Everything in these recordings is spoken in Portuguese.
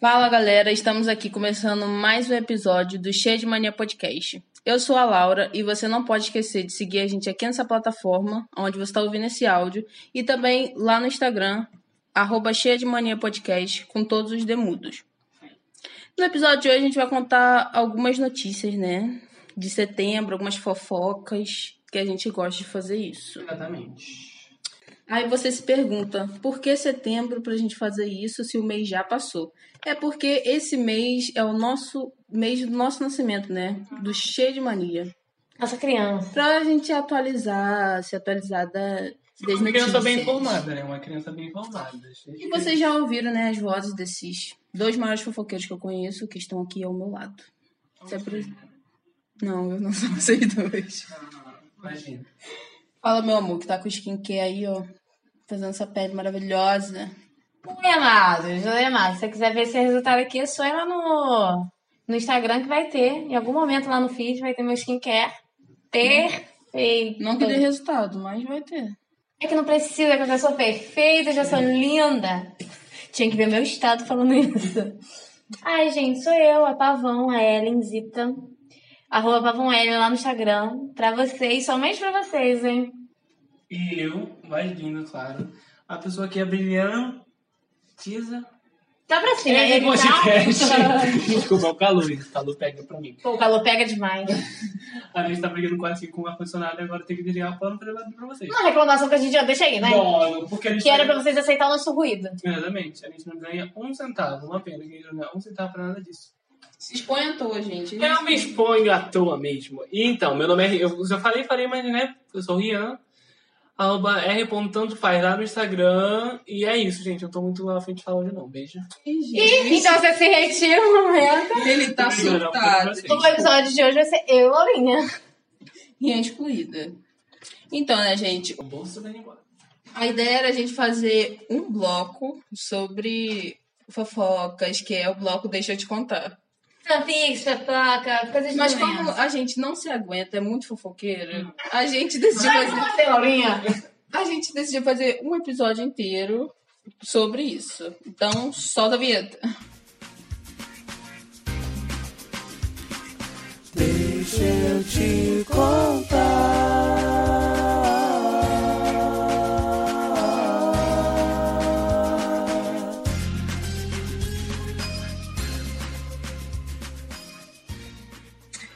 Fala galera, estamos aqui começando mais um episódio do Cheio de Mania Podcast. Eu sou a Laura e você não pode esquecer de seguir a gente aqui nessa plataforma onde você está ouvindo esse áudio e também lá no Instagram, arroba Cheia de Mania Podcast, com todos os demudos. No episódio de hoje a gente vai contar algumas notícias, né? De setembro, algumas fofocas, que a gente gosta de fazer isso. Exatamente. Aí você se pergunta, por que setembro pra gente fazer isso se o mês já passou? É porque esse mês é o nosso mês do nosso nascimento, né? Do cheio de mania. Nossa criança. Pra gente atualizar, se atualizar da, das Uma criança notícias. bem informada, né? Uma criança bem informada. E vocês já ouviram, né, as vozes desses dois maiores fofoqueiros que eu conheço, que estão aqui ao meu lado. Você é pre- Não, eu não sou vocês dois. Imagina. Fala, meu amor, que tá com skincare aí, ó. Fazendo essa pele maravilhosa. Oi, amados. Oi, amados. é Se você quiser ver esse resultado aqui, é só ir lá no, no Instagram que vai ter. Em algum momento lá no feed vai ter meu skincare. Perfeito. Não que dê resultado, mas vai ter. É que não precisa, que eu já sou perfeita, eu já sou linda. Tinha que ver meu estado falando isso. Ai, gente, sou eu, a Pavão, a Ellen Zita. Arroba Pavão Ellen lá no Instagram. Pra vocês, somente pra vocês, hein? E eu, mais lindo, claro. A pessoa que é brilhantiza. Dá pra cima, Esse ele tá... É, podcast. Desculpa, é o calor. Esse calor pega pra mim. Pô, o calor pega demais. A gente tá brigando quase com o ar-condicionado e agora tem que desligar o pano pra levar pra vocês. Uma reclamação que a gente já deixa aí, né? Bom, porque a gente. Que era pra vocês aceitar o nosso ruído. Exatamente. A gente não ganha um centavo. Uma pena que a gente não ganha um centavo pra nada disso. Se expõe à toa, gente. Eu me exponho à toa mesmo. E Então, meu nome é. Eu já falei, falei, mas né? Eu sou o Rian. Arroba r.tantofaz lá no Instagram. E é isso, gente. Eu tô muito lá na frente de falar hoje, não. Beijo. Ih, então você se retira um momento. Ele tá Não, não, surtado. não, não, O episódio de hoje vai ser eu, Laurinha. E é excluída. Então, né, gente? O bolso vai embora. A ideia era a gente fazer um bloco sobre fofocas, que é o bloco Deixa Eu Te Contar. Fanfics, fofoca, coisas Mas mais como a gente não se aguenta, é muito fofoqueira, a gente decidiu fazer, você, Laurinha? a gente decidiu fazer um episódio inteiro sobre isso. Então, solta a vinheta.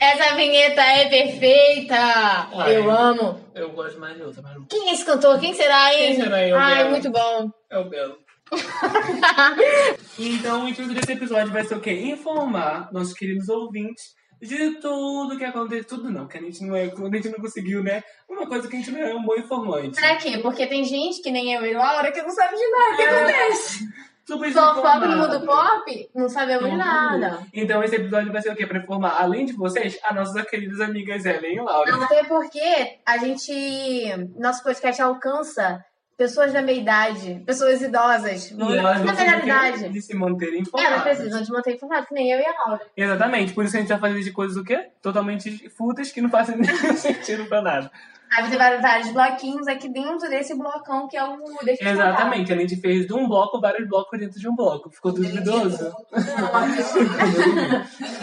Essa vinheta é perfeita. Ai. Eu amo. Eu gosto mais de outra, mas não. Quem é esse cantor? Quem será, hein? Quem será, eu, Ai, Bela? muito bom. É o Belo. então, o intuito desse episódio vai ser o quê? Informar nossos queridos ouvintes de tudo que aconteceu. Tudo não, que a gente não é. A gente não conseguiu, né? Uma coisa que a gente não é um bom informante. Pra quê? é? Porque tem gente que nem eu e Laura que não sabe de nada. O que É. acontece? Super Fofoca no informado. mundo pop? Não sabemos de nada. Então esse episódio vai ser o quê? Pra informar, além de vocês, as nossas queridas amigas Ellen e Laura. Até porque a gente. Nosso podcast alcança pessoas da meia idade, pessoas idosas. e elas Na precisam verdade. de se manterem Elas informadas. precisam É, de manter informado, que nem eu e a Laura. Exatamente, por isso a gente vai fazer de coisas o quê? Totalmente fúteis que não fazem nenhum sentido pra nada. Aí vai ter vários, vários bloquinhos aqui dentro desse blocão que é o. Deixa eu te contar. Exatamente, a gente fez de um bloco vários blocos dentro de um bloco. Ficou duvidoso?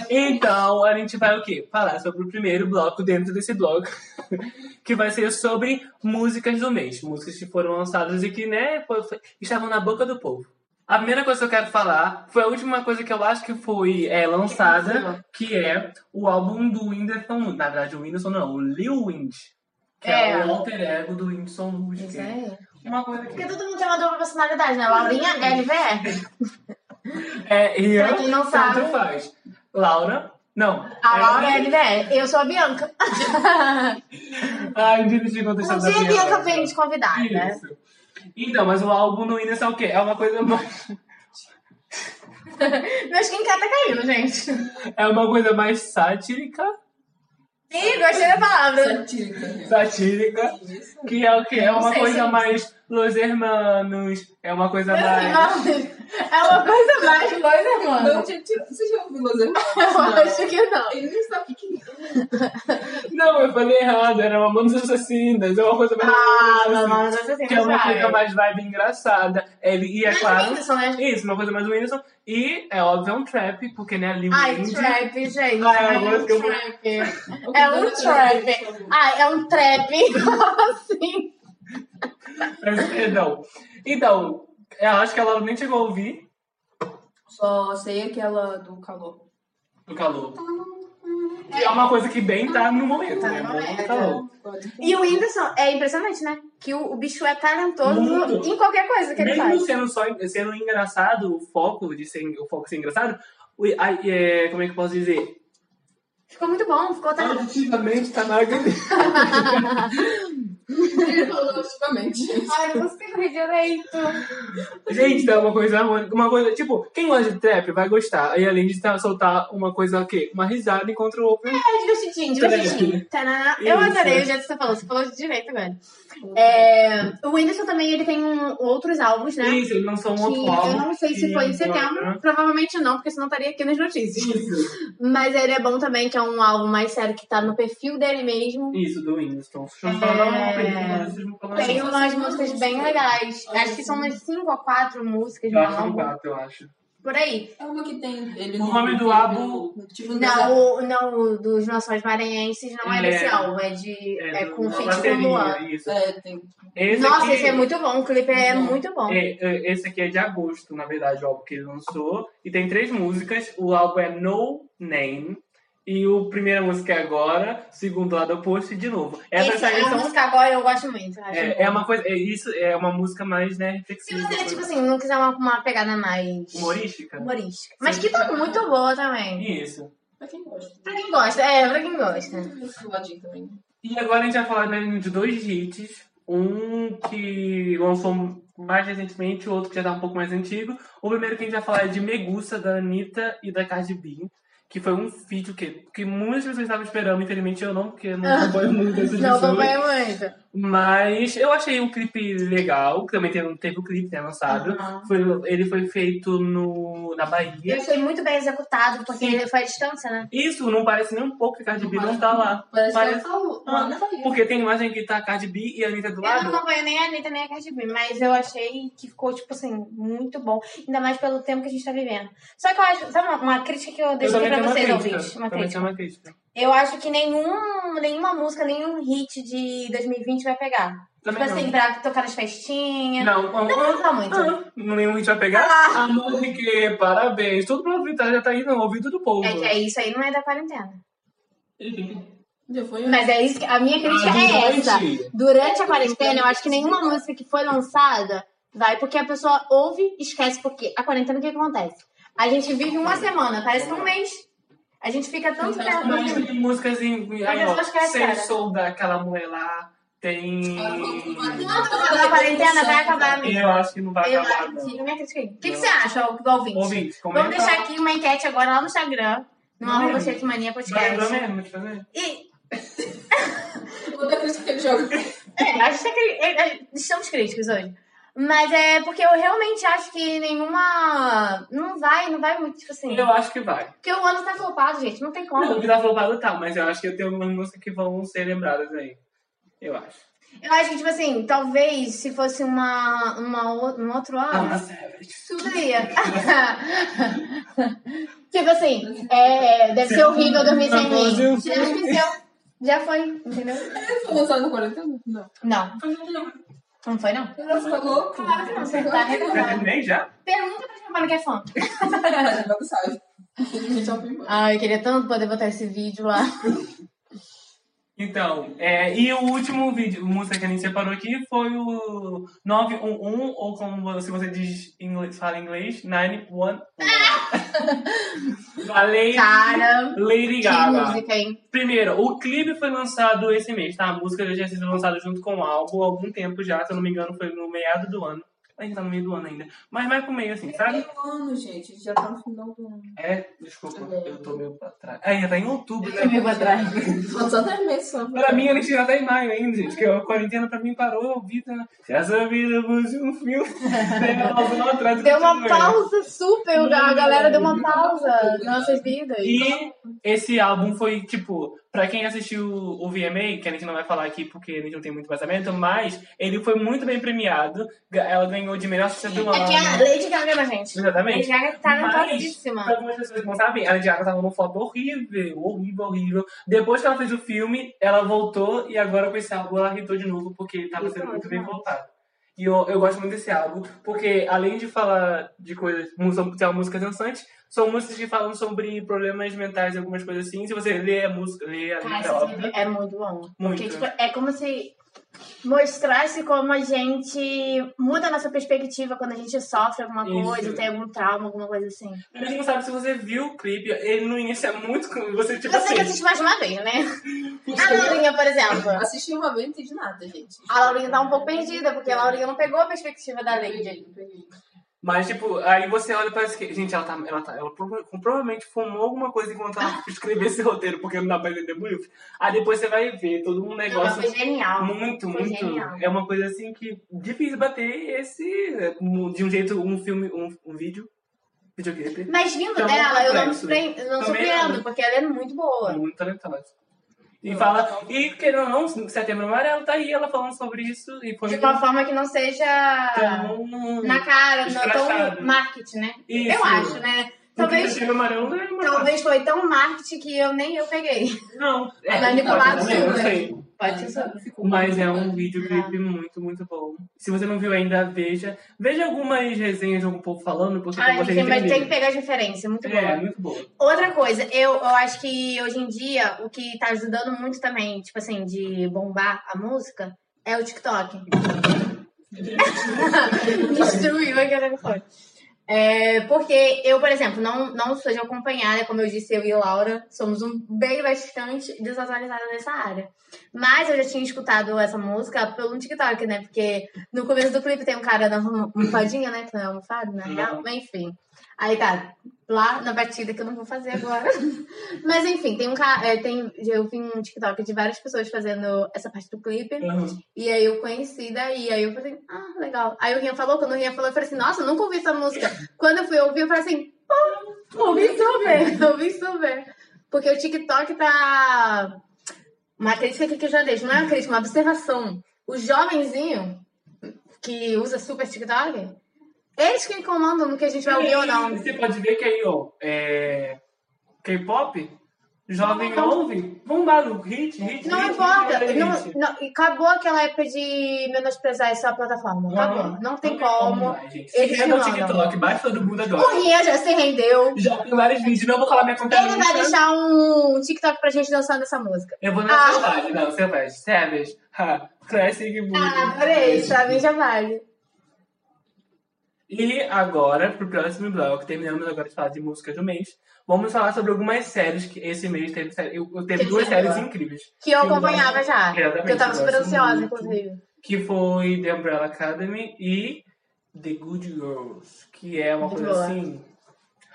então, a gente vai o quê? Falar sobre o primeiro bloco dentro desse bloco, que vai ser sobre músicas do mês. Músicas que foram lançadas e que, né, foi- foi- estavam na boca do povo. A primeira coisa que eu quero falar foi a última coisa que eu acho que foi é, lançada, que é o álbum do Whindersson. Na verdade, o Whindersson não, o Lil Wind. Que é, É. o alter ego do Whindersson é Luz. Isso aí. Uma coisa que Porque todo mundo tem uma dupla personalidade, né? Laurinha LVR. É, Rian, Pra quem não tanto sabe. faz. Laura, não. A é- Laura é LVR. Eu sou a Bianca. Ai, difícil de Um contestar dia a essa piada. Bianca vem de convidar, né? Isso. Então, mas o álbum no Inês é o quê? É uma coisa mais, Meu skincare tá caindo, gente. é uma coisa mais sátrica, Ih, gostei da palavra. Satírica. satírica, que é o quê? É Não uma sei, coisa gente. mais Los Hermanos, é uma coisa mais... É uma coisa mais coisa, mano. Você já ouviu Los Angeles? Eu acho que não. Ele não está pequenininho. Não, eu falei errado, era Mamonas Assassinas, é uma coisa mais. Ah, Mamonas Assassinas. Que é uma coisa sabe? mais vibe engraçada. Ele, e é Mas o claro. Whindersson, né? Isso, uma coisa mais o Whindersson. E é óbvio, é um trap, porque né, ali o Ai, indie- Ah, é trap, gente. Ah, é é uma um música- trap. É um trap. Ah, é um trap. assim. Mas, Perdão. Então, eu acho que ela nem chegou a ouvir Só sei aquela do calor. o calor. Que é uma coisa que bem tá no momento, né? Tá no momento. O calor. E o Whindersson, é impressionante, né? Que o, o bicho é talentoso Muito. em qualquer coisa que ele Mesmo faz. sendo, só, sendo engraçado, o foco de ser, o foco de ser engraçado, o, a- é, como é que eu posso dizer? Ficou muito bom, ficou talentoso. Auditivamente tá na agonia. Ah, Ai, não consigo rir direito. Gente, tá uma coisa, uma coisa. Tipo, quem gosta de trap vai gostar. E além de tá- soltar uma coisa o quê? Uma risada enquanto ouve. É divertidinho, divertidinho. Tananá. Eu Isso. adorei o jeito que você falou, você falou de direito agora. É, o Whindersson também ele tem um- outros álbuns, né? Isso, ele lançou um que outro álbum. eu não sei se que- foi em setembro, provavelmente não, porque senão estaria aqui nas notícias. Isso, Mas ele é bom também, que é um álbum mais sério que tá no perfil dele mesmo. isso, do Winston. Deixa eu falar uma coisa, mas vocês vão falar É. Tem um uma coisa. umas músicas bem legais. Acho que são umas 5 ou 4 músicas no Eu acho que são álbum. quatro, eu acho. Por aí. É uma que tem ele O no- nome do álbum- Tipo, Não, o- não, o dos Nações Maranhenses não é, tá. É. desse álbum, é de. É, com do- feat da com o Luan. Selinha, isso. É, tem. Esse Nossa, aqui, esse é muito bom. O clipe é Não. muito bom. é, é, esse aqui é de agosto, na verdade, o álbum que ele lançou. E tem três músicas. O álbum é No Name. E o primeira música é agora, segundo lado oposto e de novo. Essas Esse, é um três a são música agora eu gosto muito. eu Acho um É, bom. é uma coisa, é, isso é uma música mais, né, Se reflexiva. você, tipo assim, não quiser uma, uma pegada mais Humorística? humorística. Mas que tá muito boa também. Isso. Pra quem gosta. Pra quem gosta, é, pra quem gosta. Esse ladinho também. E agora a gente vai falar né, de dois hits. Um que lançou mais recentemente, o outro que já tá um pouco mais antigo. O primeiro que a gente vai falar é de Megusta, da Anitta e da Cardi B. Que foi um vídeo que, que muitas pessoas estavam esperando, infelizmente eu não, porque eu não acompanho muito essas Não pessoas. acompanha muito. Mas eu achei um clipe legal, que também teve, teve o clipe, né, lançado. Aham. Foi- ele foi feito no, na Bahia. Eu achei muito bem executado, porque ele foi à distância, né? Isso não parece nem um pouco que a Cardi B Não não tá lá. Parece, Parece- que ela falou. Ah, Manda aí. Porque tem imagem que tá a Cardi B e a Anitta do Eu não lado. acompanho nem a Anitta nem a Cardi B, mas eu achei que ficou, tipo assim, muito bom. Ainda mais pelo tempo que a gente tá vivendo. Só que eu acho, sabe uma, uma crítica que eu deixo aqui também pra tenho vocês, uma ouvintes? crítica. Uma Também crítica. tenho uma crítica. Eu acho que nenhum, nenhuma música, nenhum hit de 2020 vai pegar. Também tipo assim, tá não. pra tocar nas festinhas. Não, Não vai tocar muito. não, nenhum hit vai pegar. Ah. Amor de quê? Parabéns. Tudo pra evitar já tá aí no ouvido do povo. É que é isso aí não é da quarentena. Já foi. Mas é isso que a minha crítica Ah, é durante. essa. Durante a quarentena, eu acho que nenhuma música que foi lançada vai, porque a pessoa ouve e esquece, porque a quarentena o que que acontece? A gente vive uma semana, parece que é um mês. A gente fica tanto Mas tempo. Mas tem músicas em. aí, ó, eu acho que é Sem cara. sou daquela mulher lá. Tem. A quarentena vai acabar mesmo. Eu acho que não vai Eu acabar. acho não. que minha crítica aí. O que, que você acha, ouvinte? Ouvinte, comenta. Vamos deixar aqui uma enquete agora lá no Instagram, no Não arroba lembro. Cheio de Mania Vai lembrar Podcast. mesmo de fazer? E Outra coisa que ele joga. é, a gente tá cri- é, é, estamos críticos hoje. Mas é porque eu realmente acho que nenhuma. Não vai, não vai muito, tipo assim. Eu acho que vai. Porque o ano tá flopado, gente, não tem Não, como. o que tá flopado tá, mas eu acho que eu tenho algumas músicas que vão ser lembradas aí. Eu acho. Eu acho que, tipo assim, talvez se fosse uma, uma, o- um outro ano. Ah, Savage. Tudo ia. tipo assim, é, deve ser horrível dormir sem Amor de mim. um Já esqueceu. Já foi, entendeu? Ele foi lançado na quarentena? Não. Não, não foi não. Você tá louco? Claro que não, você tá Já reclamando. terminei já? Pergunta pra chamar que é fã. Não sabe. Gente, é um primo. Ai, eu queria tanto poder botar esse vídeo lá. Então, é, e o último vídeo, música que a gente separou aqui foi o 911, ou como se você diz em inglês, fala em inglês, 911. da Lady, Cara, Lady que Gaga. música, hein? Primeiro, o clipe foi lançado esse mês, tá? A música já tinha sido lançada junto com o álbum há algum tempo já, se eu não me engano, foi no meado do ano. A gente tá no meio do ano ainda. Mas mais pro meio, assim, sabe? Tem um ano, gente. Já tá no final do ano. É, desculpa, eu tô meio pra trás. Ah, ainda tá em outubro, né? Comigo atrás. Faltam três meses só. Pra mim, a gente já tá em maio ainda, gente. Que a quarentena pra mim parou tá? a vida. Se essa vida fosse um filme, deu uma pausa lá atrás. né? e Deu uma continua. pausa super, a galera deu uma pausa nas nossas vidas. E esse álbum foi, tipo, Pra quem assistiu o VMA, que a gente não vai falar aqui porque a gente não tem muito vazamento, mas ele foi muito bem premiado. ga- Ela ganhou de melhor artista do ano. Aqui é a Lady Gaga, né, gente? Lady Exatamente. Gaga tá Mas, Pra notadíssima. algumas pessoas que não sabem, a Lady Gaga tava numa foto horrível, horrível, horrível. Depois que ela fez o filme, ela voltou e agora com esse álbum ela irritou de novo porque ele tava Isso, sendo muito bem demais. voltado. E eu, eu gosto muito desse álbum, porque além de falar de coisas, são, tem uma música dançante, são músicas que falam sobre problemas mentais e algumas coisas assim. Se você lê a música, lê a Cara, letra, esse óbvio. vídeo é muito bom. Muito. Porque, tipo, é como se mostrasse como a gente muda a nossa perspectiva quando a gente sofre alguma Isso. coisa, tem algum trauma, alguma coisa assim. A gente não sabe se você viu o clipe, ele no início é muito. Você, tipo Você tem que assim. assistir mais de uma vez, né? A Laurinha, por exemplo. Assisti uma vez e não entendi nada, gente. A Laurinha tá um pouco perdida, porque a Laurinha não pegou a perspectiva Um da Lady. Mas, tipo, aí você olha e parece que. Gente, ela, tá, ela, tá, ela prova- provavelmente fumou alguma coisa enquanto ela escreveu esse roteiro, porque não dá pra entender muito. Aí depois você vai ver todo um Ela negócio foi genial. muito, Foi muito. genial. É uma coisa assim que difícil bater esse. um- De um jeito, um filme, um, um vídeo. Videoclipe. Mas vindo Então, dela, eu não me complexo. surpre- não Também surpreendo, não. porque ela é muito boa. Muito talentosa. E fala. E querendo ou não, Setembro Amarelo tá aí, ela falando sobre isso. E foi muito De Então, uma forma que não seja tão- na cara, não é escrachado. tão marketing, né? Isso. Eu acho, né? Porque Talvez, Setembro Amarelo não é uma- talvez foi tão marketing que eu nem eu peguei. Não, é. Manipulado, também, eu não né? sei. Pode ser só. Ficou Mas muito é bom. um videoclipe muito, muito bom. Se você não viu ainda, veja. Veja algumas resenhas de algum povo falando, porque Ai, você gente, Ah, mas tem que entender. pegar as referências, muito boa. É, muito bom. Outra coisa, eu, eu acho que hoje em dia o que tá ajudando muito também, tipo assim, de bombar a música, é o TikTok. Destruiu aquele telefone. É, porque eu, por exemplo, não, não sou de acompanhada, como eu disse, eu e Laura somos um bem bastante desatualizadas nessa área. Mas eu já tinha escutado essa música pelo TikTok, né? Porque no começo do clipe tem um cara dando uma almofadinha, né? Que não é almofado, na Não. real, mas enfim. Aí tá, lá na batida que eu não vou fazer agora. mas enfim, tem um cara. é, tem, eu vi um TikTok de várias pessoas fazendo essa parte do clipe. Uhum. E aí eu conheci daí, aí eu falei, ah, legal. Aí o Rian falou, quando o Rian falou, eu falei assim, nossa, eu nunca ouvi essa música. Quando eu fui ouvir, eu falei assim, pô, ouvi super, ouvi super. Porque o TikTok tá... Uma crítica aqui que eu já deixo, não é uma crítica, uma observação. O jovenzinho que usa super TikTok, eles que comandam no que a gente vai ouvir ou E não. Você pode ver que aí, ó, é... K-pop, jovem ouve, bombado, hit, hit, Não hit, importa, hit, não, hit. não- acabou aquela época de menosprezar essa plataforma, acabou. tá Não, tem como. mais, gente. Eles Se é no mandam. TikTok, baixa todo mundo agora. O Rian já se rendeu. Já tem vários vídeos, não vou falar minha conta. Ele vai nunca. deixar um TikTok pra gente dançando essa música. Eu vou na Ah. selvagem, não, selvagem. Savage, ha, classic, Blue. Ah, adorei. Pra mim já vale. E agora, pro próximo bloco, terminamos agora de falar de música do mês. Vamos falar sobre algumas séries que esse mês teve, série- eu, eu teve Que duas você séries gosta. incríveis. Que eu Que eu acompanhava gosto. já. Exatamente, Que É, eu assim tava eu super gosto ansiosa, muito. inclusive. Que foi The Umbrella Academy e The Good Girls. Que é uma Muito coisa boa. assim.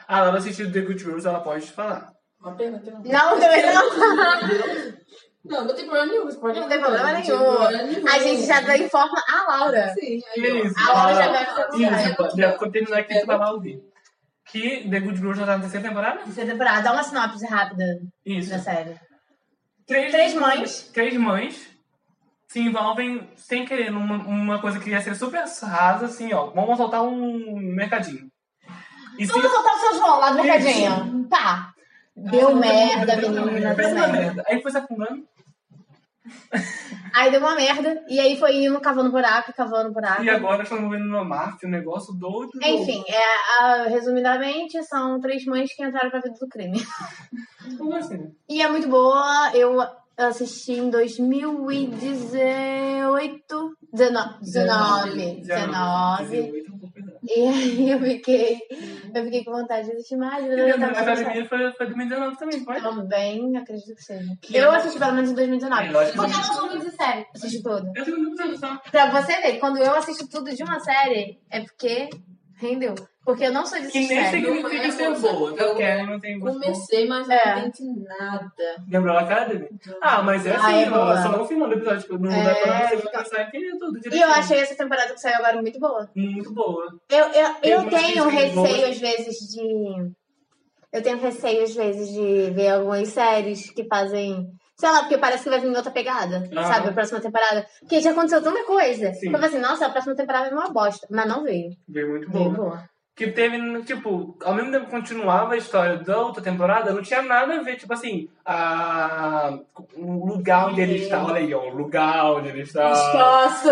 A Laura assistiu The Good Girls, ela pode falar. Uma pena que não. Não, também não. Não, não tem problema nenhum. você pode Não tem falar, problema não tem problema nenhum. A gente já dá informa a Laura. Sim, Que aí, ó. isso? A Laura já Laura, deve ter Isso, gostado. pode- quando terminar aqui, você vai lá ouvir. Que The Good Girls já tá na terceira temporada? Terceira temporada. Dá uma sinopse rápida Isso. da série. Três, Três mães. Três mães se envolvem sem querer numa uma coisa que ia ser super rasa, assim, ó. Vamos assaltar um mercadinho. E se... Vamos soltar o seu João lá do mercadinho. Tá. Deu merda, menina. Fez Deu uma merda. merda. Aí foi se afundando Aí deu uma merda. E aí foi indo cavando buraco, cavando buraco. e agora estamos vendo no mar, tem um negócio doido. Enfim, é, a- resumidamente, são três mães que entraram pra vida do crime. Como assim? E é muito boa. Eu assisti em 2018. 19. 19. 19. E aí eu fiquei. Eu fiquei com vontade de assistir mais. mas eu tava cansada. Academia foi, foi 2019 também, foi? Também acredito que seja. Que Eu é- assisti pelo menos em É, 2019. Porque lógico eu que não sou muito de série. Assisti tudo. Eu tenho tá? muita opção. Pra você ver, quando eu assisto tudo de uma série, é porque rendeu. Porque eu não sou de Que assistir nem série. significa ser boa, porque não tem gosto bom. Comecei, mas É. não entendi nada. Lembrou a Academy? Ah, mas é Ah, assim, é ó, boa. só no final do episódio, tipo, não É, dá pra você fica- pensar em entender é tudo E eu direitinho. achei essa temporada que saiu agora muito boa. Muito boa. Eu, eu, Tem eu algumas coisas que tenho é são receio, boas. às vezes, de. Eu tenho receio, às vezes, de ver algumas séries que fazem Sei lá, porque parece que vai vir outra pegada, Aham. sabe? A próxima temporada. Porque já aconteceu tanta coisa. Ah. Sim. Eu falei assim, nossa, a próxima temporada é uma bosta. Mas não veio. Veio muito Veio bom. boa. Que teve, tipo, ao mesmo tempo que continuava a história da outra temporada, não tinha nada a ver, tipo assim, a... o lugar onde ele está. Olha aí, ó, o lugar onde ele está. Espaço.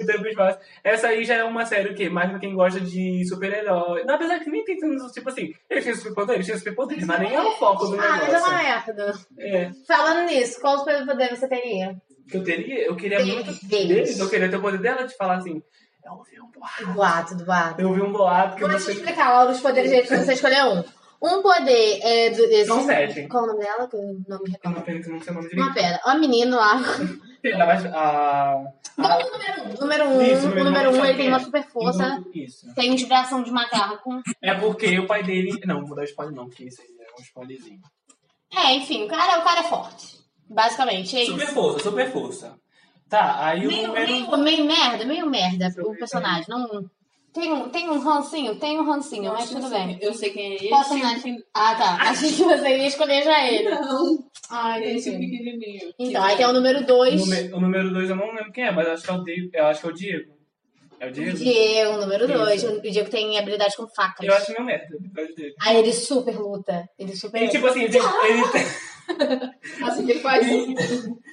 O tempo e o espaço. Essa aí já é uma série o quê? Mais pra quem gosta de super-herói. Não, apesar que nem tem tantos, tipo assim, eles tinham superpoderes, eles tinham superpoderes, mas nem é o foco do Ah, mas é uma negócio. merda. É. Falando nisso, qual superpoder você teria? Que eu teria, eu queria Deles, muito deles. deles, eu queria ter o poder dela de falar assim, eu ouvi um boato. Boato, do boato. Eu ouvi um boato que Vou te você. explicar, Laura, os poderes deles pra você escolher um. Um poder é do. Esse, São sete. Qual o nome dela? Que eu não me Eu não recordo. penso, não sei o nome direito. Uma pedra. Ó, menino lá. Ela vai- a- a- O número um. Número um, Isso, o número um ele sabe tem quem é. uma super força. Isso. Tem uns bração de macaco. É porque o pai dele. Não, não vou dar spoiler, não, porque isso aí é um spoilerzinho. É, enfim, o cara, o cara é forte. Basicamente, é Super isso. força, super força. Tá, aí o Meio, número. meio, meio merda, meio merda o personagem. Não, tem, um, tem um rancinho? Tem um rancinho, mas tudo bem. Eu sei quem é ele. Qual personagem? Ah, tá. Achei que você ia escolher já ele. Não, Ai, esse tipo entendi. pequenininho. Então, aí tem o número 2. Nume- O número 2 eu não lembro quem é, mas eu acho que é o, Dave- eu acho que é o Diego. É o Diego? Diego, número Isso. 2. O Diego tem habilidade com facas. Eu acho meio merda, por causa dele. Aí ele super luta. Ele super. E tipo assim, ele, ele, Assim, ele faz assim.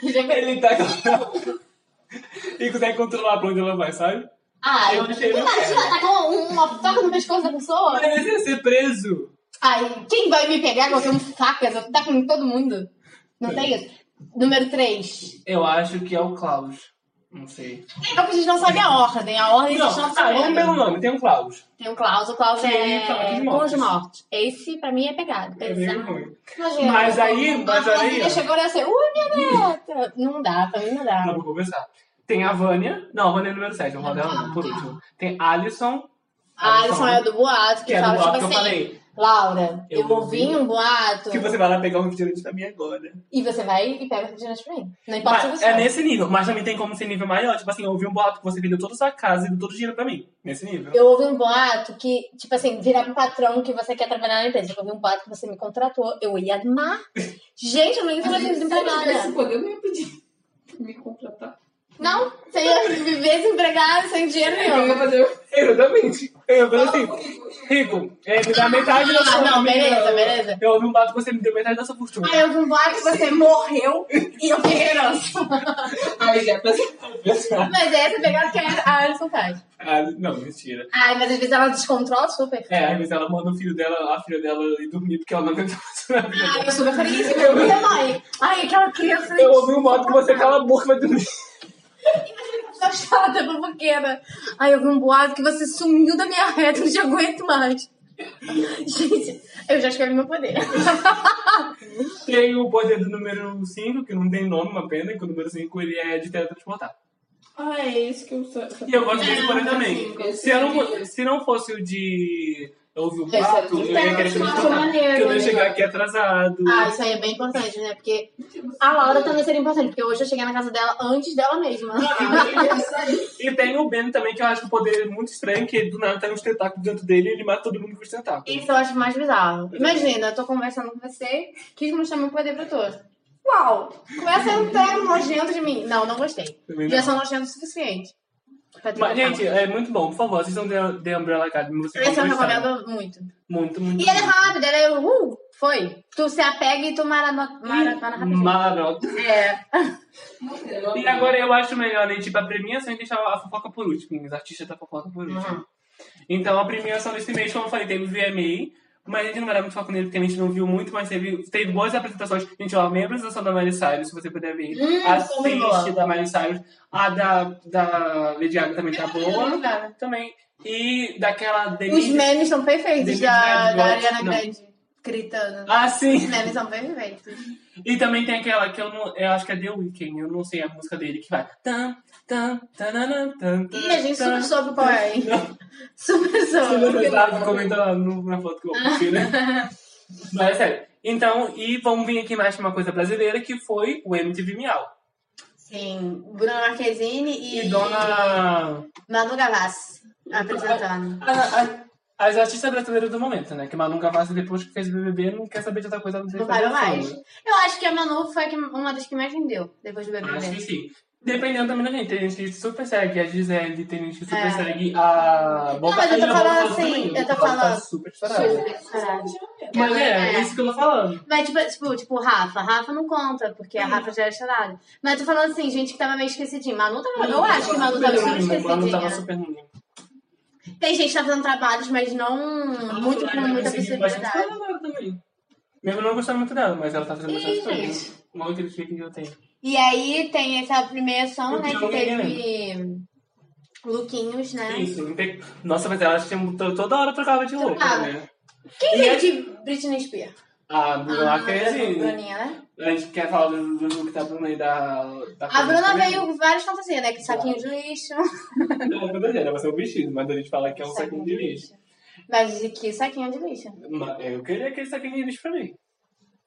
ele tá E consegue controlar pra onde ela vai, sabe? Ah, eu achei ele imagina, cara. atacar uma, tá um, uma faca no pescoço da pessoa. Mas ele ia ser preso. Aí, quem vai me pegar colocando facas? Eu taco em todo mundo. Não tem isso? Número 3. Eu acho que é o Klaus. Não sei. Legal que a gente É não sabe a ordem. A ordem a Não, gente não ah, vamos pelo sabe. nome, tem o Klaus. Tem o Klaus, o Klaus Tem o Klaus é de Conjo Mortes. Morte. Esse, pra mim, é pegado. É meio ruim. Imagina. Mas aí- mas a aí, filha ó. chegou e assim, ui, minha neta. Não dá, pra mim não dá. Não, Ah, vou conversar. Tem a Vânia. Não, a Vânia é número 7, vamos rodar ela por último. Tem Alisson. A Alison é do boato, que, Que é do fala boato tipo que eu assim, falei. Laura, eu, Eu ouvi ouvi um boato Que você vai lá pegar um refrigerante pra mim agora. e você vai e pega o refrigerante pra mim. Não importa se Mas você é sabe. nesse nível, mas também tem como ser nível maior. Tipo assim, eu ouvi um boato que você vendeu toda a sua casa e deu todo o dinheiro pra mim. Nesse nível. Eu ouvi um boato que, tipo assim, virar pro patrão que você quer trabalhar na empresa. Eu ouvi um boato que você me contratou, eu ia amar. Gente, eu não ia trabalhar Se eu tivesse desempregada. poder, eu não ia pedir pra me contratar. Não, você ia viver desempregada sem dinheiro Eu ia nenhum. fazer. Exatamente. Eu falei assim, Rico, é, me dá metade da sua Ah, não, beleza, beleza. Eu ouvi um boato que você me deu metade da sua fortuna. Aí eu ouvi um boato que você morreu e eu fiquei herança. Aí já tá fazia. Mas é essa pegada que a Alison faz. Ah, não, mentira. Ai, mas às vezes ela descontrola super. É, mas ela manda o filho dela, a filha dela ir dormir porque ela não aguenta mais na vida. Ai, eu super faria isso. Eu minha mãe. Ai, aquela criança. Eu ouvi um boato que você cala a boca e vai dormir. Tá chata, fofoqueira. Ai, eu vi um boato que você sumiu da minha reta, eu não te aguento mais. Gente, eu já escrevi meu poder. Tem o poder do número 5, que não tem nome, uma pena, que o número 5 ele é de teletransportar. Ah, é isso que eu Ah, sou. E eu gosto desse É, poder número também. cinco. Se, eu não, se não fosse o de. Eu ouvi o Esse era boato, do Ah, eu ia querer que eu me teletransporte, tornasse, maneiro, que eu ia né? chegar aqui atrasado. Ah, isso aí é bem importante, né? Porque a Laura também seria importante, porque hoje eu cheguei na casa dela antes dela mesma. E tem o Ben também, que eu acho que o poder é muito estranho, que do nada tem uns tentáculos dentro dele e ele mata todo mundo com os tentáculos. Isso eu acho mais bizarro. Imagina, eu tô conversando com você, quis mostrar meu poder pra tu. Uau! Começa a entrar é um nojento de mim. Não, não gostei. Também não. Já são nojentos o suficiente. pra tu Mas, gostar. gente, é muito bom. Por favor, assistam The, The Umbrella Academy. Vocês Esse é eu vão gostar. recomendo muito. Muito, muito. E ela é rápida, ela é. Uh, foi. Tu se apega e tu marano- maratona rapidinho. Marota. É. E agora eu acho melhor, né? Tipo, a premiação e deixar a fofoca por último. Os artistas da fofoca por último. Uhum. Então, a premiação desse mês, como eu falei, teve o VMA. Mas a gente não vai dar muito foco nele, porque a gente não viu muito, mas teve, teve boas apresentações. Gente, ó, amei a apresentação da Miley Cyrus, se você puder ver. Hum, ficou bem assiste boa. da Miley Cyrus. A da, da Lady Gaga também tá boa. Obrigada. Também. E daquela Os Denise... memes são perfeitos Denise da, Nedgold, da Ariana não. Grande gritando. Ah, sim! Os memes são perfeitos. E também tem aquela que eu não. Eu acho que é The Weeknd, eu não sei a música dele, que vai. Tan, tan, tananã, tan, tan, E a gente tan. super soube qual é, hein? Super soube. Você sabe, comenta no- na foto que eu postei, né? Mas é sério. Então, e vamos vir aqui mais pra uma coisa brasileira que foi o MTV Miau. Sim, Bruna Marquezine e, E dona. Manu Gavassi apresentando. A, a- As artistas brasileiras do momento, né? Que Manu Gavassi, depois que fez BBB, não quer saber de outra coisa. Não parou mais. Eu acho que a Manu foi a que- uma das que mais vendeu depois do Acho que BBB. Ah, sim. assim, Dependendo também da gente. Tem gente que super segue a Gisele, tem gente que super É. segue a... Não, mas eu tô Bocadinho, falando Boca assim, também. eu tô Ela tá falando- super estourada. Mas é, É. é isso que eu tô falando. Mas, tipo, tipo, tipo, Rafa. Rafa não conta, porque a Rafa já era estourada. Mas eu tô falando assim, gente que tava meio esquecidinha. Manu tava. Eu acho que Manu tava super né? Manu esquecidinha. tava super ruim. Tem gente que tá fazendo trabalhos, mas não muito né? com Assim, muita visibilidade. Mesmo não gostando muito dela, mas ela tá fazendo bastante coisa. Isso. Uma outra crítica que eu tenho. E aí tem essa primeira ação, Eu né? vi Que alguém teve Luquinhos, né? Isso, não tem- Nossa, mas ela tinha- to- toda hora trocava de roupa, Trocava. né? Quem E veio de Britney Spears? A Bruna a Marquezine. Bruninha, né? A gente quer falar do, do look da Bruna e da... da A Bruna também. veio com várias fantasias, né? Que saquinho de lixo. Não, é verdadeira, vai ser um vestido, mas a gente fala que é um saquinho de lixo. Mas de que saquinho de lixo? Mas Eu queria aquele saquinho de lixo pra mim.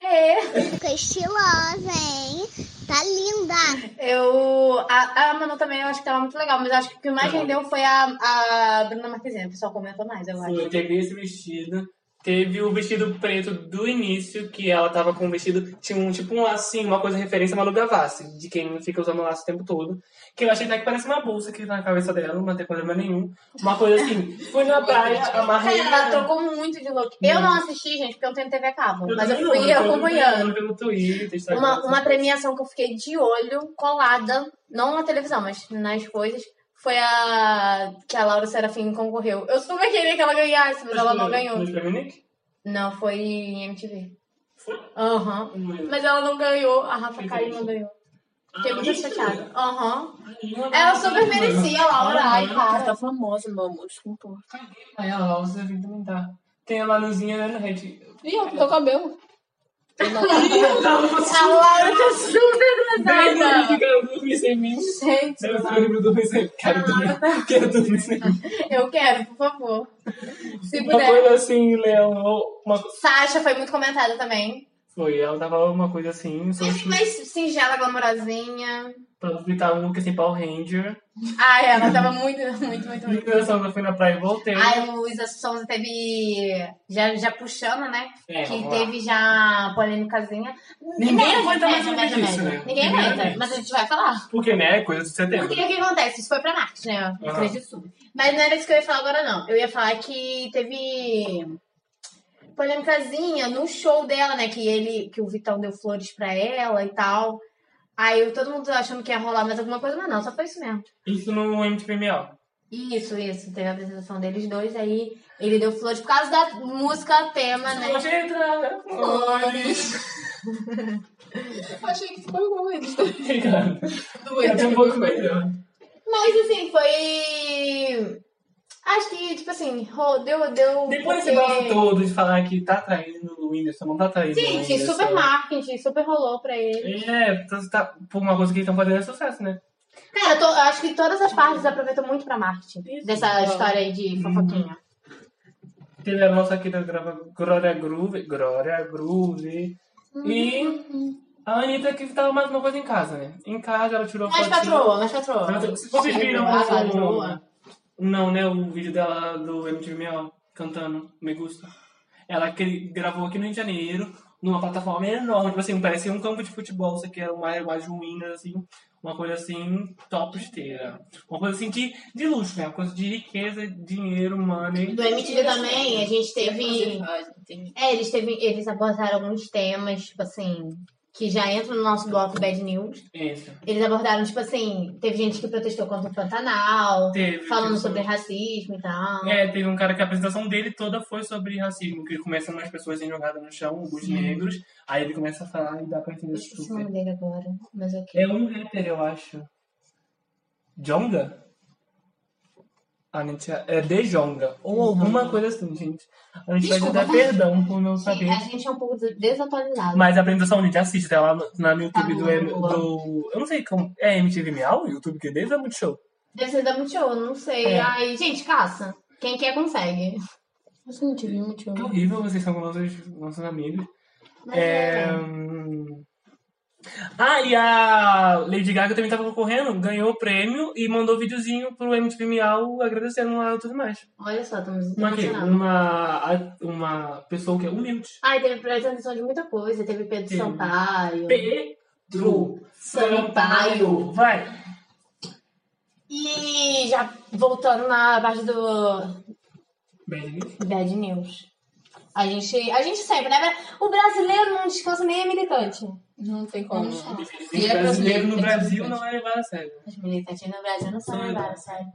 É. Fica estilosa, hein? Tá linda. Eu. A, a Manu também eu acho que tava muito legal, mas eu acho que o que mais Não. rendeu foi a, a Bruna Marquezine. O pessoal comenta mais, eu acho. Foi, teve esse vestido. Teve o vestido preto do início, que ela tava com um vestido, tinha um tipo um lacinho, uma coisa referência a Malu Gavassi, de quem fica usando laço o tempo todo. Que eu achei até que parece uma bolsa que tá na cabeça dela, não tem problema nenhum. Uma coisa assim, fui na praia, amarrei. Cara, ela trocou muito de look. Eu Uhum. não assisti, gente, porque eu não tenho TV a cabo. mas eu fui tô acompanhando. Pelo Twitter, Instagram, Uma, assim. uma premiação que eu fiquei de olho, colada, não na televisão, mas nas coisas, foi a que a Laura Serafim concorreu. Eu super queria que ela ganhasse, mas ela não ganhou. Mas pra mim, Nick? Não, foi em MTV. Foi? Aham. Não lembro. Mas ela não ganhou, a Rafa Que Caio não triste. ganhou. Fiquei muito isso? chateada. Aham. Ah, Não, não, Ela não, super não. merecia, Laura. Ai, Ela cara. tá famosa, meu amor, desculpa. Aí ela lá, você vem comentar. tá. Tem a Manuzinha né, no Red. Ih, eu tô cabelo. A Laura tá super Não, pesada. fica dormir sem mim. Gente, Eu lembro do Vicente. Ah, Quero tá. dormir. Quero dormir sem mim. eu quero, por favor. Se Uma Ah, puder. coisa assim, Léo. Uma... Sasha foi muito comentada também. Foi, ela tava uma coisa assim, só que Mas singela, glamourosinha. pra gritar um que assim, Power Ranger. Ai, ela tava muito, muito, muito, muito. Engraçado, eu fui na praia e voltei. Ai, Luísa Souza teve. Já, já puxando, né? É, que vamos lá. teve já polêmicazinha. Ninguém Média, aguenta mais média, ouvir média, isso, média. né? Ninguém Ninguém aguenta, aguenta. mas a gente vai falar. Porque, né? Coisa de setembro. Porque o que acontece? Isso foi pra Marte, né? No Aham. 3 de Sul. Mas não era isso que eu ia falar agora, não. Eu ia falar que teve polêmicazinha no show dela, né? Que ele, que o Vitão deu flores pra ela e tal. Aí todo mundo achando que ia rolar mais alguma coisa, mas não, só foi isso mesmo. Isso no MTV Miau. Isso, isso. Teve a apresentação deles dois, aí ele deu flores por causa da música tema, né? Hoje entra flores. Achei que ficou igual eles. Obrigado. Eu tenho um pouco Doente. melhor. Mas assim, foi. Acho que, tipo assim, ro- deu. deu Depois desse porque- bafo todo de falar que tá traindo o Whindersson, não tá traindo o Gente, Whindersson. super marketing, super rolou pra ele. É, tá- tá- por uma coisa que eles estão fazendo é sucesso, né? Cara, eu, tô- eu acho que todas as partes aproveitam muito pra marketing. Dessa história aí de Uhum. fofoquinha. Teve a nossa aqui da grava- Glória Groove. Glória Groove. Uhum. E a Anitta que tava mais uma coisa em casa, né? Em casa ela tirou Mas fotinho. patroa, mas patroa. Mas Vocês viram Ah, o... patroa. Não, né? O vídeo dela do MTV Miau cantando Me Gusta. Ela que gravou aqui no Rio de Janeiro, numa plataforma enorme, tipo assim, parece um campo de futebol, isso aqui era uma, umas ruínas, assim, uma coisa assim, top esteira. Uma coisa assim de, de luxo, né? Uma coisa de riqueza, dinheiro, money. Do MTV também, a gente teve. É, eles teve, eles abordaram alguns temas, tipo assim, que já entram no nosso bloco Bad News. Isso. Eles abordaram, tipo assim, teve gente que protestou contra o Pantanal, Teve, falando teve. sobre racismo e tal. É, teve um cara que a apresentação dele toda foi sobre racismo, que começam as pessoas sendo jogadas no chão, os negros, aí ele começa a falar e dá pra Eu entender esqueci o super. nome dele agora, mas ok. É um rapper, eu acho. Jonga? A gente é de Jonga. Ou alguma coisa assim, gente. A gente vai dar perdão por não saber. A gente é um pouco desatualizado. Mas a apresentação, gente, assiste, tá lá no, na- no YouTube Tá do, boa, M- boa. do- Eu não sei como. É MTV Miau? YouTube que desde é muito show. Deve ser da Multishow, não sei. É. Ai, gente, caça. Quem quer, consegue. Acho que não tive muito. é. Que horrível, vocês são nossos, nossos amigos. Mas É, hum, Ah, e a Lady Gaga também tava concorrendo, ganhou o prêmio e mandou videozinho pro MTV Miau agradecendo a tudo mais. Olha só, estamos Uma, que, emocionados. uma, uma pessoa que é humilde. Ai, teve apresentação de muita coisa. Teve Pedro Sim. Sampaio. Pedro Sampaio. Vai. E já voltando na parte do Bem, Bad News. A gente, a gente sempre, né? O brasileiro não descansa nem é militante. Não tem como. infelizmente, é brasileiro no Brasil não é levado a sério. Os militantes no Brasil não são Sim. Então, levados, sério.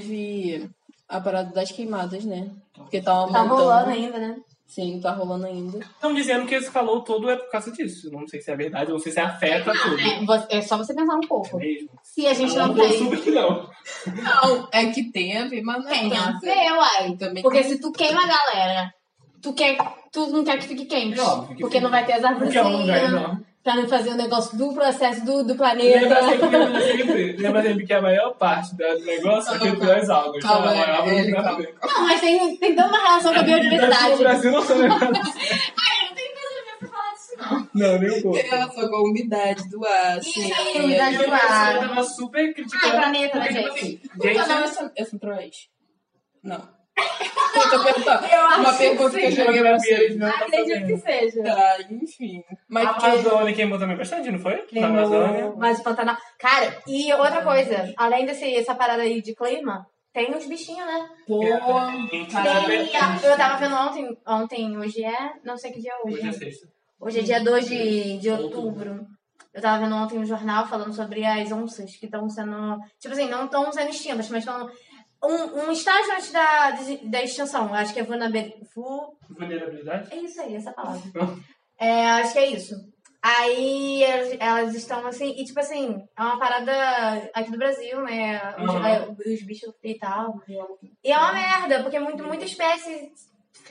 Teve a parada das queimadas, né? Porque tá Tá então. aumentando. rolando ainda, né? Sim, tá rolando ainda. Estão dizendo que esse calor todo é por causa disso. Não sei se é verdade, não sei se afeta tudo. É É, você- é só você pensar um pouco. mesmo. Se a gente não Eu tem. assumo que não. Não, é que teve, mas não é Tem a tanto. ver, uai. Também Porque se tu queima a galera, tu, quer, tu não quer que fique quente. É óbvio que porque fica. não vai ter as árvores Porque é um lugar saindo, enorme. pra não fazer o negócio do processo do, do Lembra planeta. sempre, lembra sempre, lembra sempre que a maior parte do negócio é Calma, feito das algas. calma, Então, a maior é, parte não tem nada a calma. ver. Não, mas tem, tem toda uma relação com a No biodiversidade. Brasil não são levados. Ai, eu não tenho peso pra falar disso, não. Não, nem um pouco. Tem relação com a umidade do ar, assim, sim. Isso aí, umidade E do o pessoal ar. tava super Ai, criticando. planeta, né, Porque, tipo gente? assim, Como que é o nome Gente, dessa- essa centroeste? Não. Eu tô perguntando. Eu acho Uma pergunta que eu sim, joguei pra geografia, vocês. eles não tá estão Acredito que sabendo. seja. Tá, enfim. A Mas que... Amazônia queimou também bastante, não foi? Quem Na Amazônia. não- Mas o Pantanal. Cara, e outra coisa, além desse, essa parada aí de clima, tem uns bichinhos, né? Pô, Ah, caralho. Tem, a- eu tava vendo ontem, ontem, hoje é, não sei que dia é Hoje é hoje. sexta. Hoje é dia 2 de, de outubro. Eu tava vendo ontem um jornal falando sobre as onças que estão sendo. Tipo assim, não estão sendo extintas, mas estão. Um, um estágio antes da, da extinção. Eu Acho que é vulnerabil- vu- Vulnerabilidade? é isso aí, essa palavra. É, acho que é isso. Aí elas, elas estão assim, e tipo assim, é uma parada aqui do Brasil, né? Os, Aham. é, os bichos e tal. E é uma merda, porque muito, muita espécie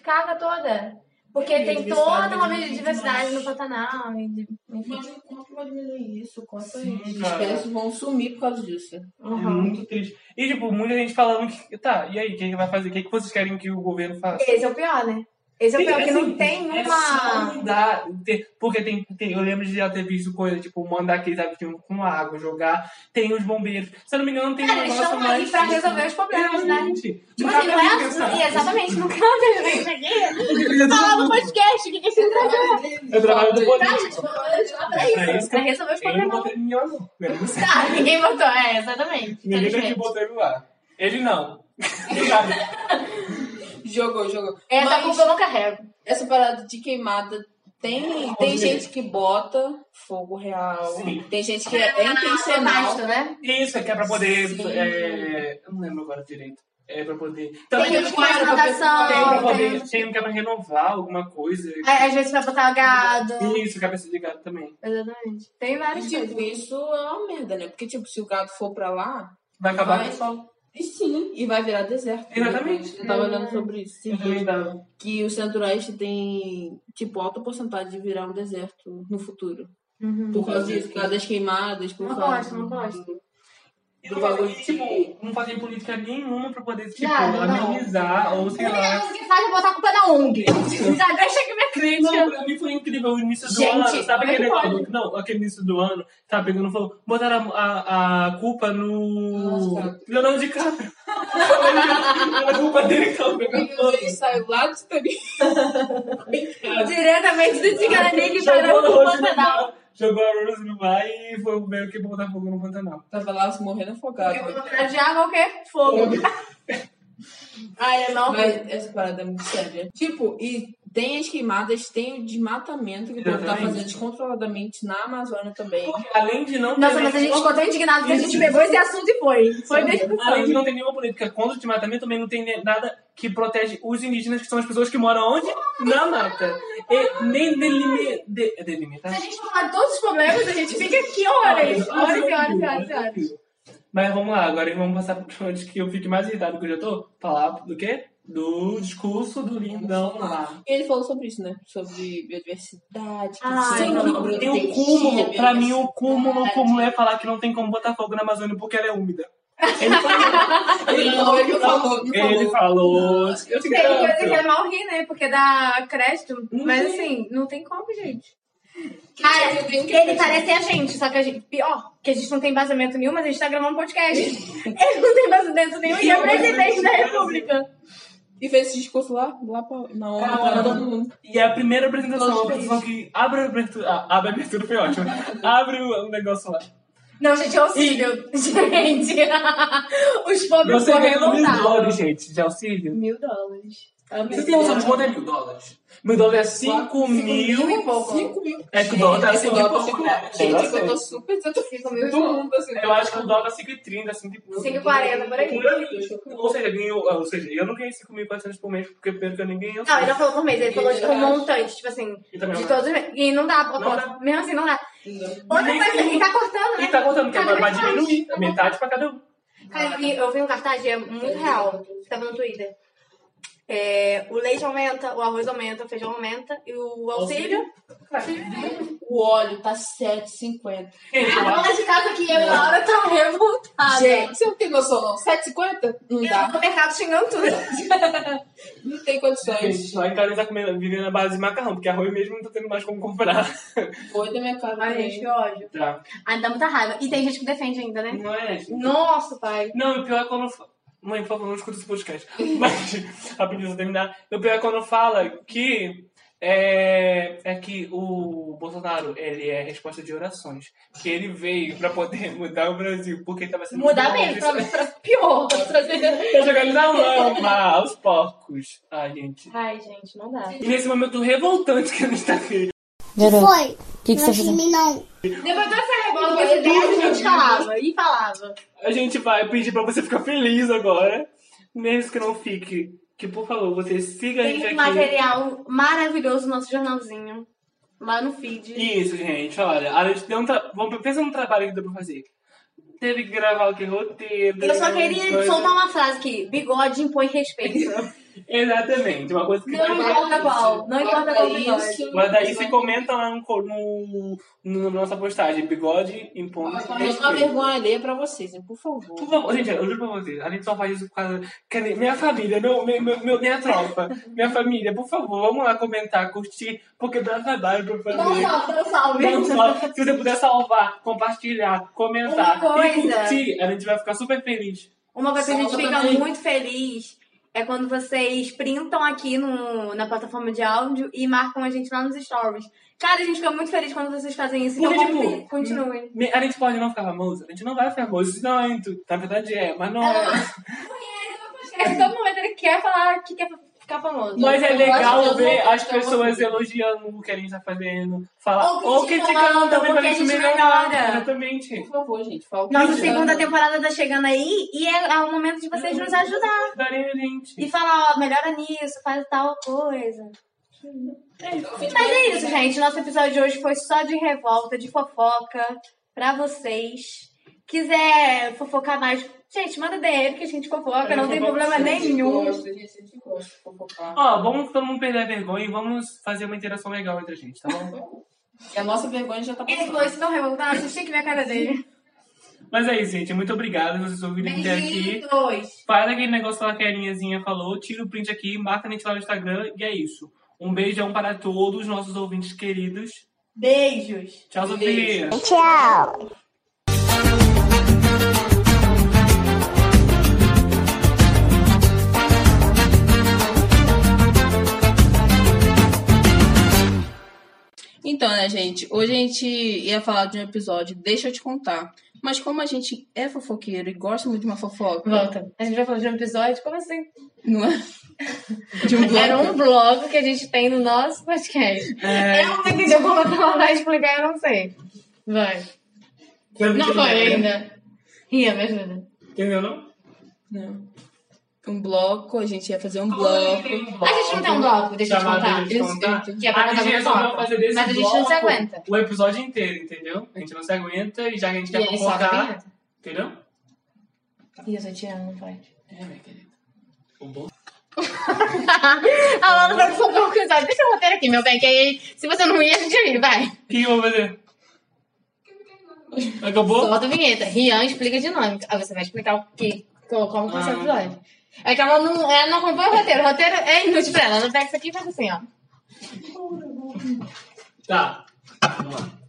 caga toda. Porque tem toda uma biodiversidade no Pantanal. e de- enfim. Mas como que vai diminuir isso? Quantas Sim, As cara. espécies vão sumir por causa disso. Uhum. É muito triste. E, tipo, muita gente falando que. Tá, e aí, o que, que vai fazer? O que, que vocês querem que o governo faça? Esse é o pior, né? Esse é o Sim, pior, que não assim, tem É só uma. mudar. Tem- Porque tem, tem- Eu lembro de já ter visto coisa, tipo, mandar aqueles aviões com água, jogar. Tem os bombeiros. Se eu não me engano, tem um Cara, eles negócio estão aí mais. pra resolver os problemas, né? Realmente. Tipo Não assim, não cabe a é mim pensar. assim, é exatamente, não cabe. Falar no podcast, o que que você entregou? Eu trabalho do poder. É isso que Pra resolver os eu- eu não problemas. botei em mim, ó, não. Eu não sei. Tá, ninguém botou, é, exatamente. Tá Menina que Infelizmente. botou ele lá. Ele não. Sabe? Jogou, jogou. É, Essa Mas culpa eu não carrego. essa parada de queimada tem, tem gente que bota fogo real. Sim. Tem gente que é intencional. Pasto, né? Isso é que é pra poder. Sim. é, eu não lembro agora direito. É pra poder. Tem Também gente que tem, faz quadro, natação. tem pra tem- um É. poder. Tem que é pra renovar alguma coisa. Aí, Às vezes vai botar gado. Isso, cabeça de gato também. Exatamente. Tem E, várias coisas. tipo, isso é uma merda, né? Porque, tipo, se o gato for pra lá, Vai acabar com Vai. o sol. e sim, e vai virar deserto. Exatamente. Eu tava olhando sobre isso. esses dias. dava. Que o centro-oeste tem, tipo, alta porcentagem de virar um deserto no futuro. Uhum. Por causa disso, por causa das queimadas, por Não causa. gosto, não gosto. E não fazem, tipo, não fazem política nenhuma pra poder, tipo, Nada, não. amenizar ou sei A única lá. coisa que faz é botar a culpa na ONG. Já deixa aqui minha Não, crítica. pra mim foi incrível o início do é Gente, ano. Sabe como é aquele que ano? Não, aquele início do ano. Tá pegando fogo. Botaram a, a, a culpa no. Nossa. Leonardo DiCaprio. a culpa dele que tava pegando fogo. Ele saiu lá do exterior. Diretamente do Tigaranique para Jogou a o Rose no Pantanal. mar. Jogou a Rose no mar e foi meio que botar fogo no Pantanal. Tava lá se morrendo afogado. Pra de água o quê? Fogo. Ai, eu não. Mas essa parada é muito séria. Tipo, e tem as queimadas, tem o desmatamento que o povo tá Exatamente. fazendo descontroladamente na Amazônia também. Porque além de não ter Nossa, mas a gente ficou tão indignado que a gente pegou esse assunto e foi. Foi mesmo. Além de não ter nenhuma política contra o desmatamento, também não tem ne- nada que protege os indígenas, que são as pessoas que moram onde? Na mata. E nem delimi- de- é delimitar. Se a gente falar de todos os problemas, a gente fica aqui horas. Horas e horas e horas e horas. Mas vamos lá, agora vamos passar para onde que eu fico mais irritado que eu já tô. Falar do quê? Do discurso do lindão lá. E ele falou sobre isso, né? Sobre biodiversidade. que Ai, tem Ah, então não, um que Tem não, proteger o a cúmulo, pra mim o um biodiversidade. cúmulo, o cúmulo é falar que não tem como botar fogo na Amazônia porque ela é úmida. Ele falou. Ele não, ele não falou, não Ele falou. falou. Eu te Tem coisa que garanto. é mal rir, né? Porque dá crédito. Não Mas tem. assim, não tem como, gente. Cara, ele parece a gente, só que a gente. Pior, que a gente não tem embasamento nenhum, mas a gente tá gravando um podcast. ele não tem embasamento nenhum e é o presidente da República. E fez esse discurso lá, lá pra, na hora, Ah. Cara, pra todo mundo. E a primeira apresentação, a Todos apresentação que abre a abertura. ah, abre a abertura foi ótima. abre o negócio lá. Não, gente, é horrível. Gente, os pobres Você foram ganhou mil revoltados. dólares, gente, de auxílio. Mil dólares. Você tem noção de quanto é mil dólares? Mil dólares é cinco mil. e pouco. Cinco mil. É que o dólar tá Esse cinco e dólar tá pouco, cinco né? reais. Gente, Exatamente. eu tô super Cinco desafiada mil do mundo, assim. Eu acho que o dólar tá 5,30, assim, tipo. 5,40 por aí. Por aí. Ou seja, ganhou, ah, ou seja, eu não ganhei 5.400 por mês, porque pelo que eu nem ganhei, eu Não, ele sei. não falou por mês, ele falou tipo um montante, tipo assim, E também de não- todos os meses. E não dá, pra Não conta. mesmo assim não dá. Outra Nem coisa, tem. e tá cortando, né? E tá contando que Cada agora vai vez mais. diminuir. é Metade pra cada um. Cara, eu vi, eu vi um cartaz, e é muito real, que tava no Twitter. É, o leite aumenta, o arroz aumenta, o feijão aumenta, e o auxílio... O óleo tá 7,50. Gente, eu acho- dona de casa que eu e Laura tá estão revoltadas. Gente, você não tem noção, não. 7,50? Não E dá. no mercado xingando tudo. Não tem condições. gente, lá em casa a gente tá comendo, vivendo na base de macarrão, porque arroz mesmo não tá tendo mais como comprar. Foi da minha cara. também. ódio. Tá. Ainda dá muita raiva. E tem gente que defende ainda, né? Não é, gente? Nossa, pai. Não, o pior é quando. fa- Mãe, por favor, não escuta esse podcast. Mas, rapidinho, só terminar. O pior é quando fala que. É, é que o Bolsonaro ele é resposta de orações. Que ele veio pra poder mudar o Brasil. Porque ele tava sendo. Mudar mal mesmo, visto. pra, pra pior. Trazer- Tá jogando ele na lama, aos porcos. Ai, gente. Ai, gente, não dá. E nesse momento revoltante que a gente tá aqui. Que foi? Que que não time não. Depois toda essa revolta que você desse, a gente tá falava. E falava. A gente vai pedir pra você ficar feliz agora. Mesmo que não fique. Que, por favor, você siga a gente Tem um aqui. material maravilhoso no nosso jornalzinho. Lá no feed. Isso, gente, olha, a gente deu um tra... Vamos pensar num trabalho que deu pra fazer. Teve que gravar o que roteiro. Eu só coisa. queria soltar uma frase aqui. Bigode impõe respeito. Exatamente, uma coisa que Não importa qual. Não é importa qual bigode. Mas daí você comenta lá no, co- no, no- na nossa postagem, bigode em ponto. Mas uma vergonha alheia pra vocês, hein? Por favor. Por favor, gente, eu juro pra vocês, a gente só faz isso por causa. Quer dizer, minha família, meu, meu, meu- meu- minha tropa, minha família, por favor, vamos lá comentar, curtir, porque dá trabalho pra fazer. Não salve, não salve. Não só. Se você puder salvar, compartilhar, comentar Uma coisa. e curtir, a gente vai ficar super feliz. Uma coisa que a gente Salva fica também. muito feliz é quando vocês printam aqui no, na plataforma de áudio e marcam a gente lá nos stories. Cara, a gente fica muito feliz quando vocês fazem isso. Então, Porque, tipo, continu- continuem. Me- A gente pode não ficar famoso, a gente não vai ficar famoso, isso não é intuito. Na verdade é, mas não é. É, todo momento ele quer falar que quer ficar famoso. Mas é Eu acho que legal eu ver vou- as eu vou- pessoas elogiando o que a gente tá fazendo, falar, Ou ou criticando, criticando também pra porque a gente gente melhorar. melhora. Exatamente. Por favor, gente. Fala o que Nossa vocês segunda acham. temporada tá chegando aí e é, é o momento de vocês nos ajudar. Ajudarem a gente. E falar, ó, melhora nisso, faz tal coisa. Mas é isso, gente. Nosso episódio de hoje foi só de revolta, de fofoca pra vocês. Quiser fofocar mais, gente, manda DM que a gente fofoca, não tem problema nenhum. Gosta, gente. A gente gosta de fofocar. Ó, vamos todo mundo perder a vergonha e vamos fazer uma interação legal entre a gente, tá bom? E a nossa vergonha já tá Ele falou passando. isso tão revoltado, vocês têm que ver a cara dele. Mas é isso, gente. Muito obrigado por vocês ouvirem até aqui. Beijinhos. Faz aquele negócio lá que a Aninhazinha falou, tira o print aqui, marca a gente lá no Instagram e é isso. Um beijão para todos os nossos ouvintes queridos. Beijos. Tchau, Beijo. Sofia! Tchau. Então, né, gente? Hoje a gente ia falar de um episódio, deixa eu te contar. Mas como a gente é fofoqueiro e gosta muito de uma fofoca, Volta. A gente vai falar de um episódio, como assim? não é? De um Era bloco. um blog que a gente tem no nosso podcast. Eu não entendi como ela vai explicar, eu não sei. Vai. Não é. foi né? ainda. Ria, né? me ajuda. Entendeu, não? Não. Um bloco, a gente ia fazer um bloco. A gente não tem um bloco, deixa eu te Chamado contar. Deixa Eu Te Contar. Que é pra a contar gente pra resolveu fofoca. fazer desse Mas a gente não se bloco aguenta. O episódio inteiro, entendeu? A gente não se aguenta e já que a gente E quer aí, solta a fofocar, vinheta. entendeu? Ih, eu tô tirando, não pode. É, minha querida. O bom. A Laura Ah, vai falar uma coisa. Deixa o roteiro aqui, meu bem, que aí se você não rir, a gente ri, vai. O que eu vou fazer? Acabou? Solta a vinheta. Rian explica a dinâmica. Aí você vai explicar o que, co- como que vai ser o Ah. episódio. É que ela não, ela não acompanha o roteiro. O roteiro é inútil pra ela. Ela pega isso aqui e faz assim, ó. Tá. Vamos lá.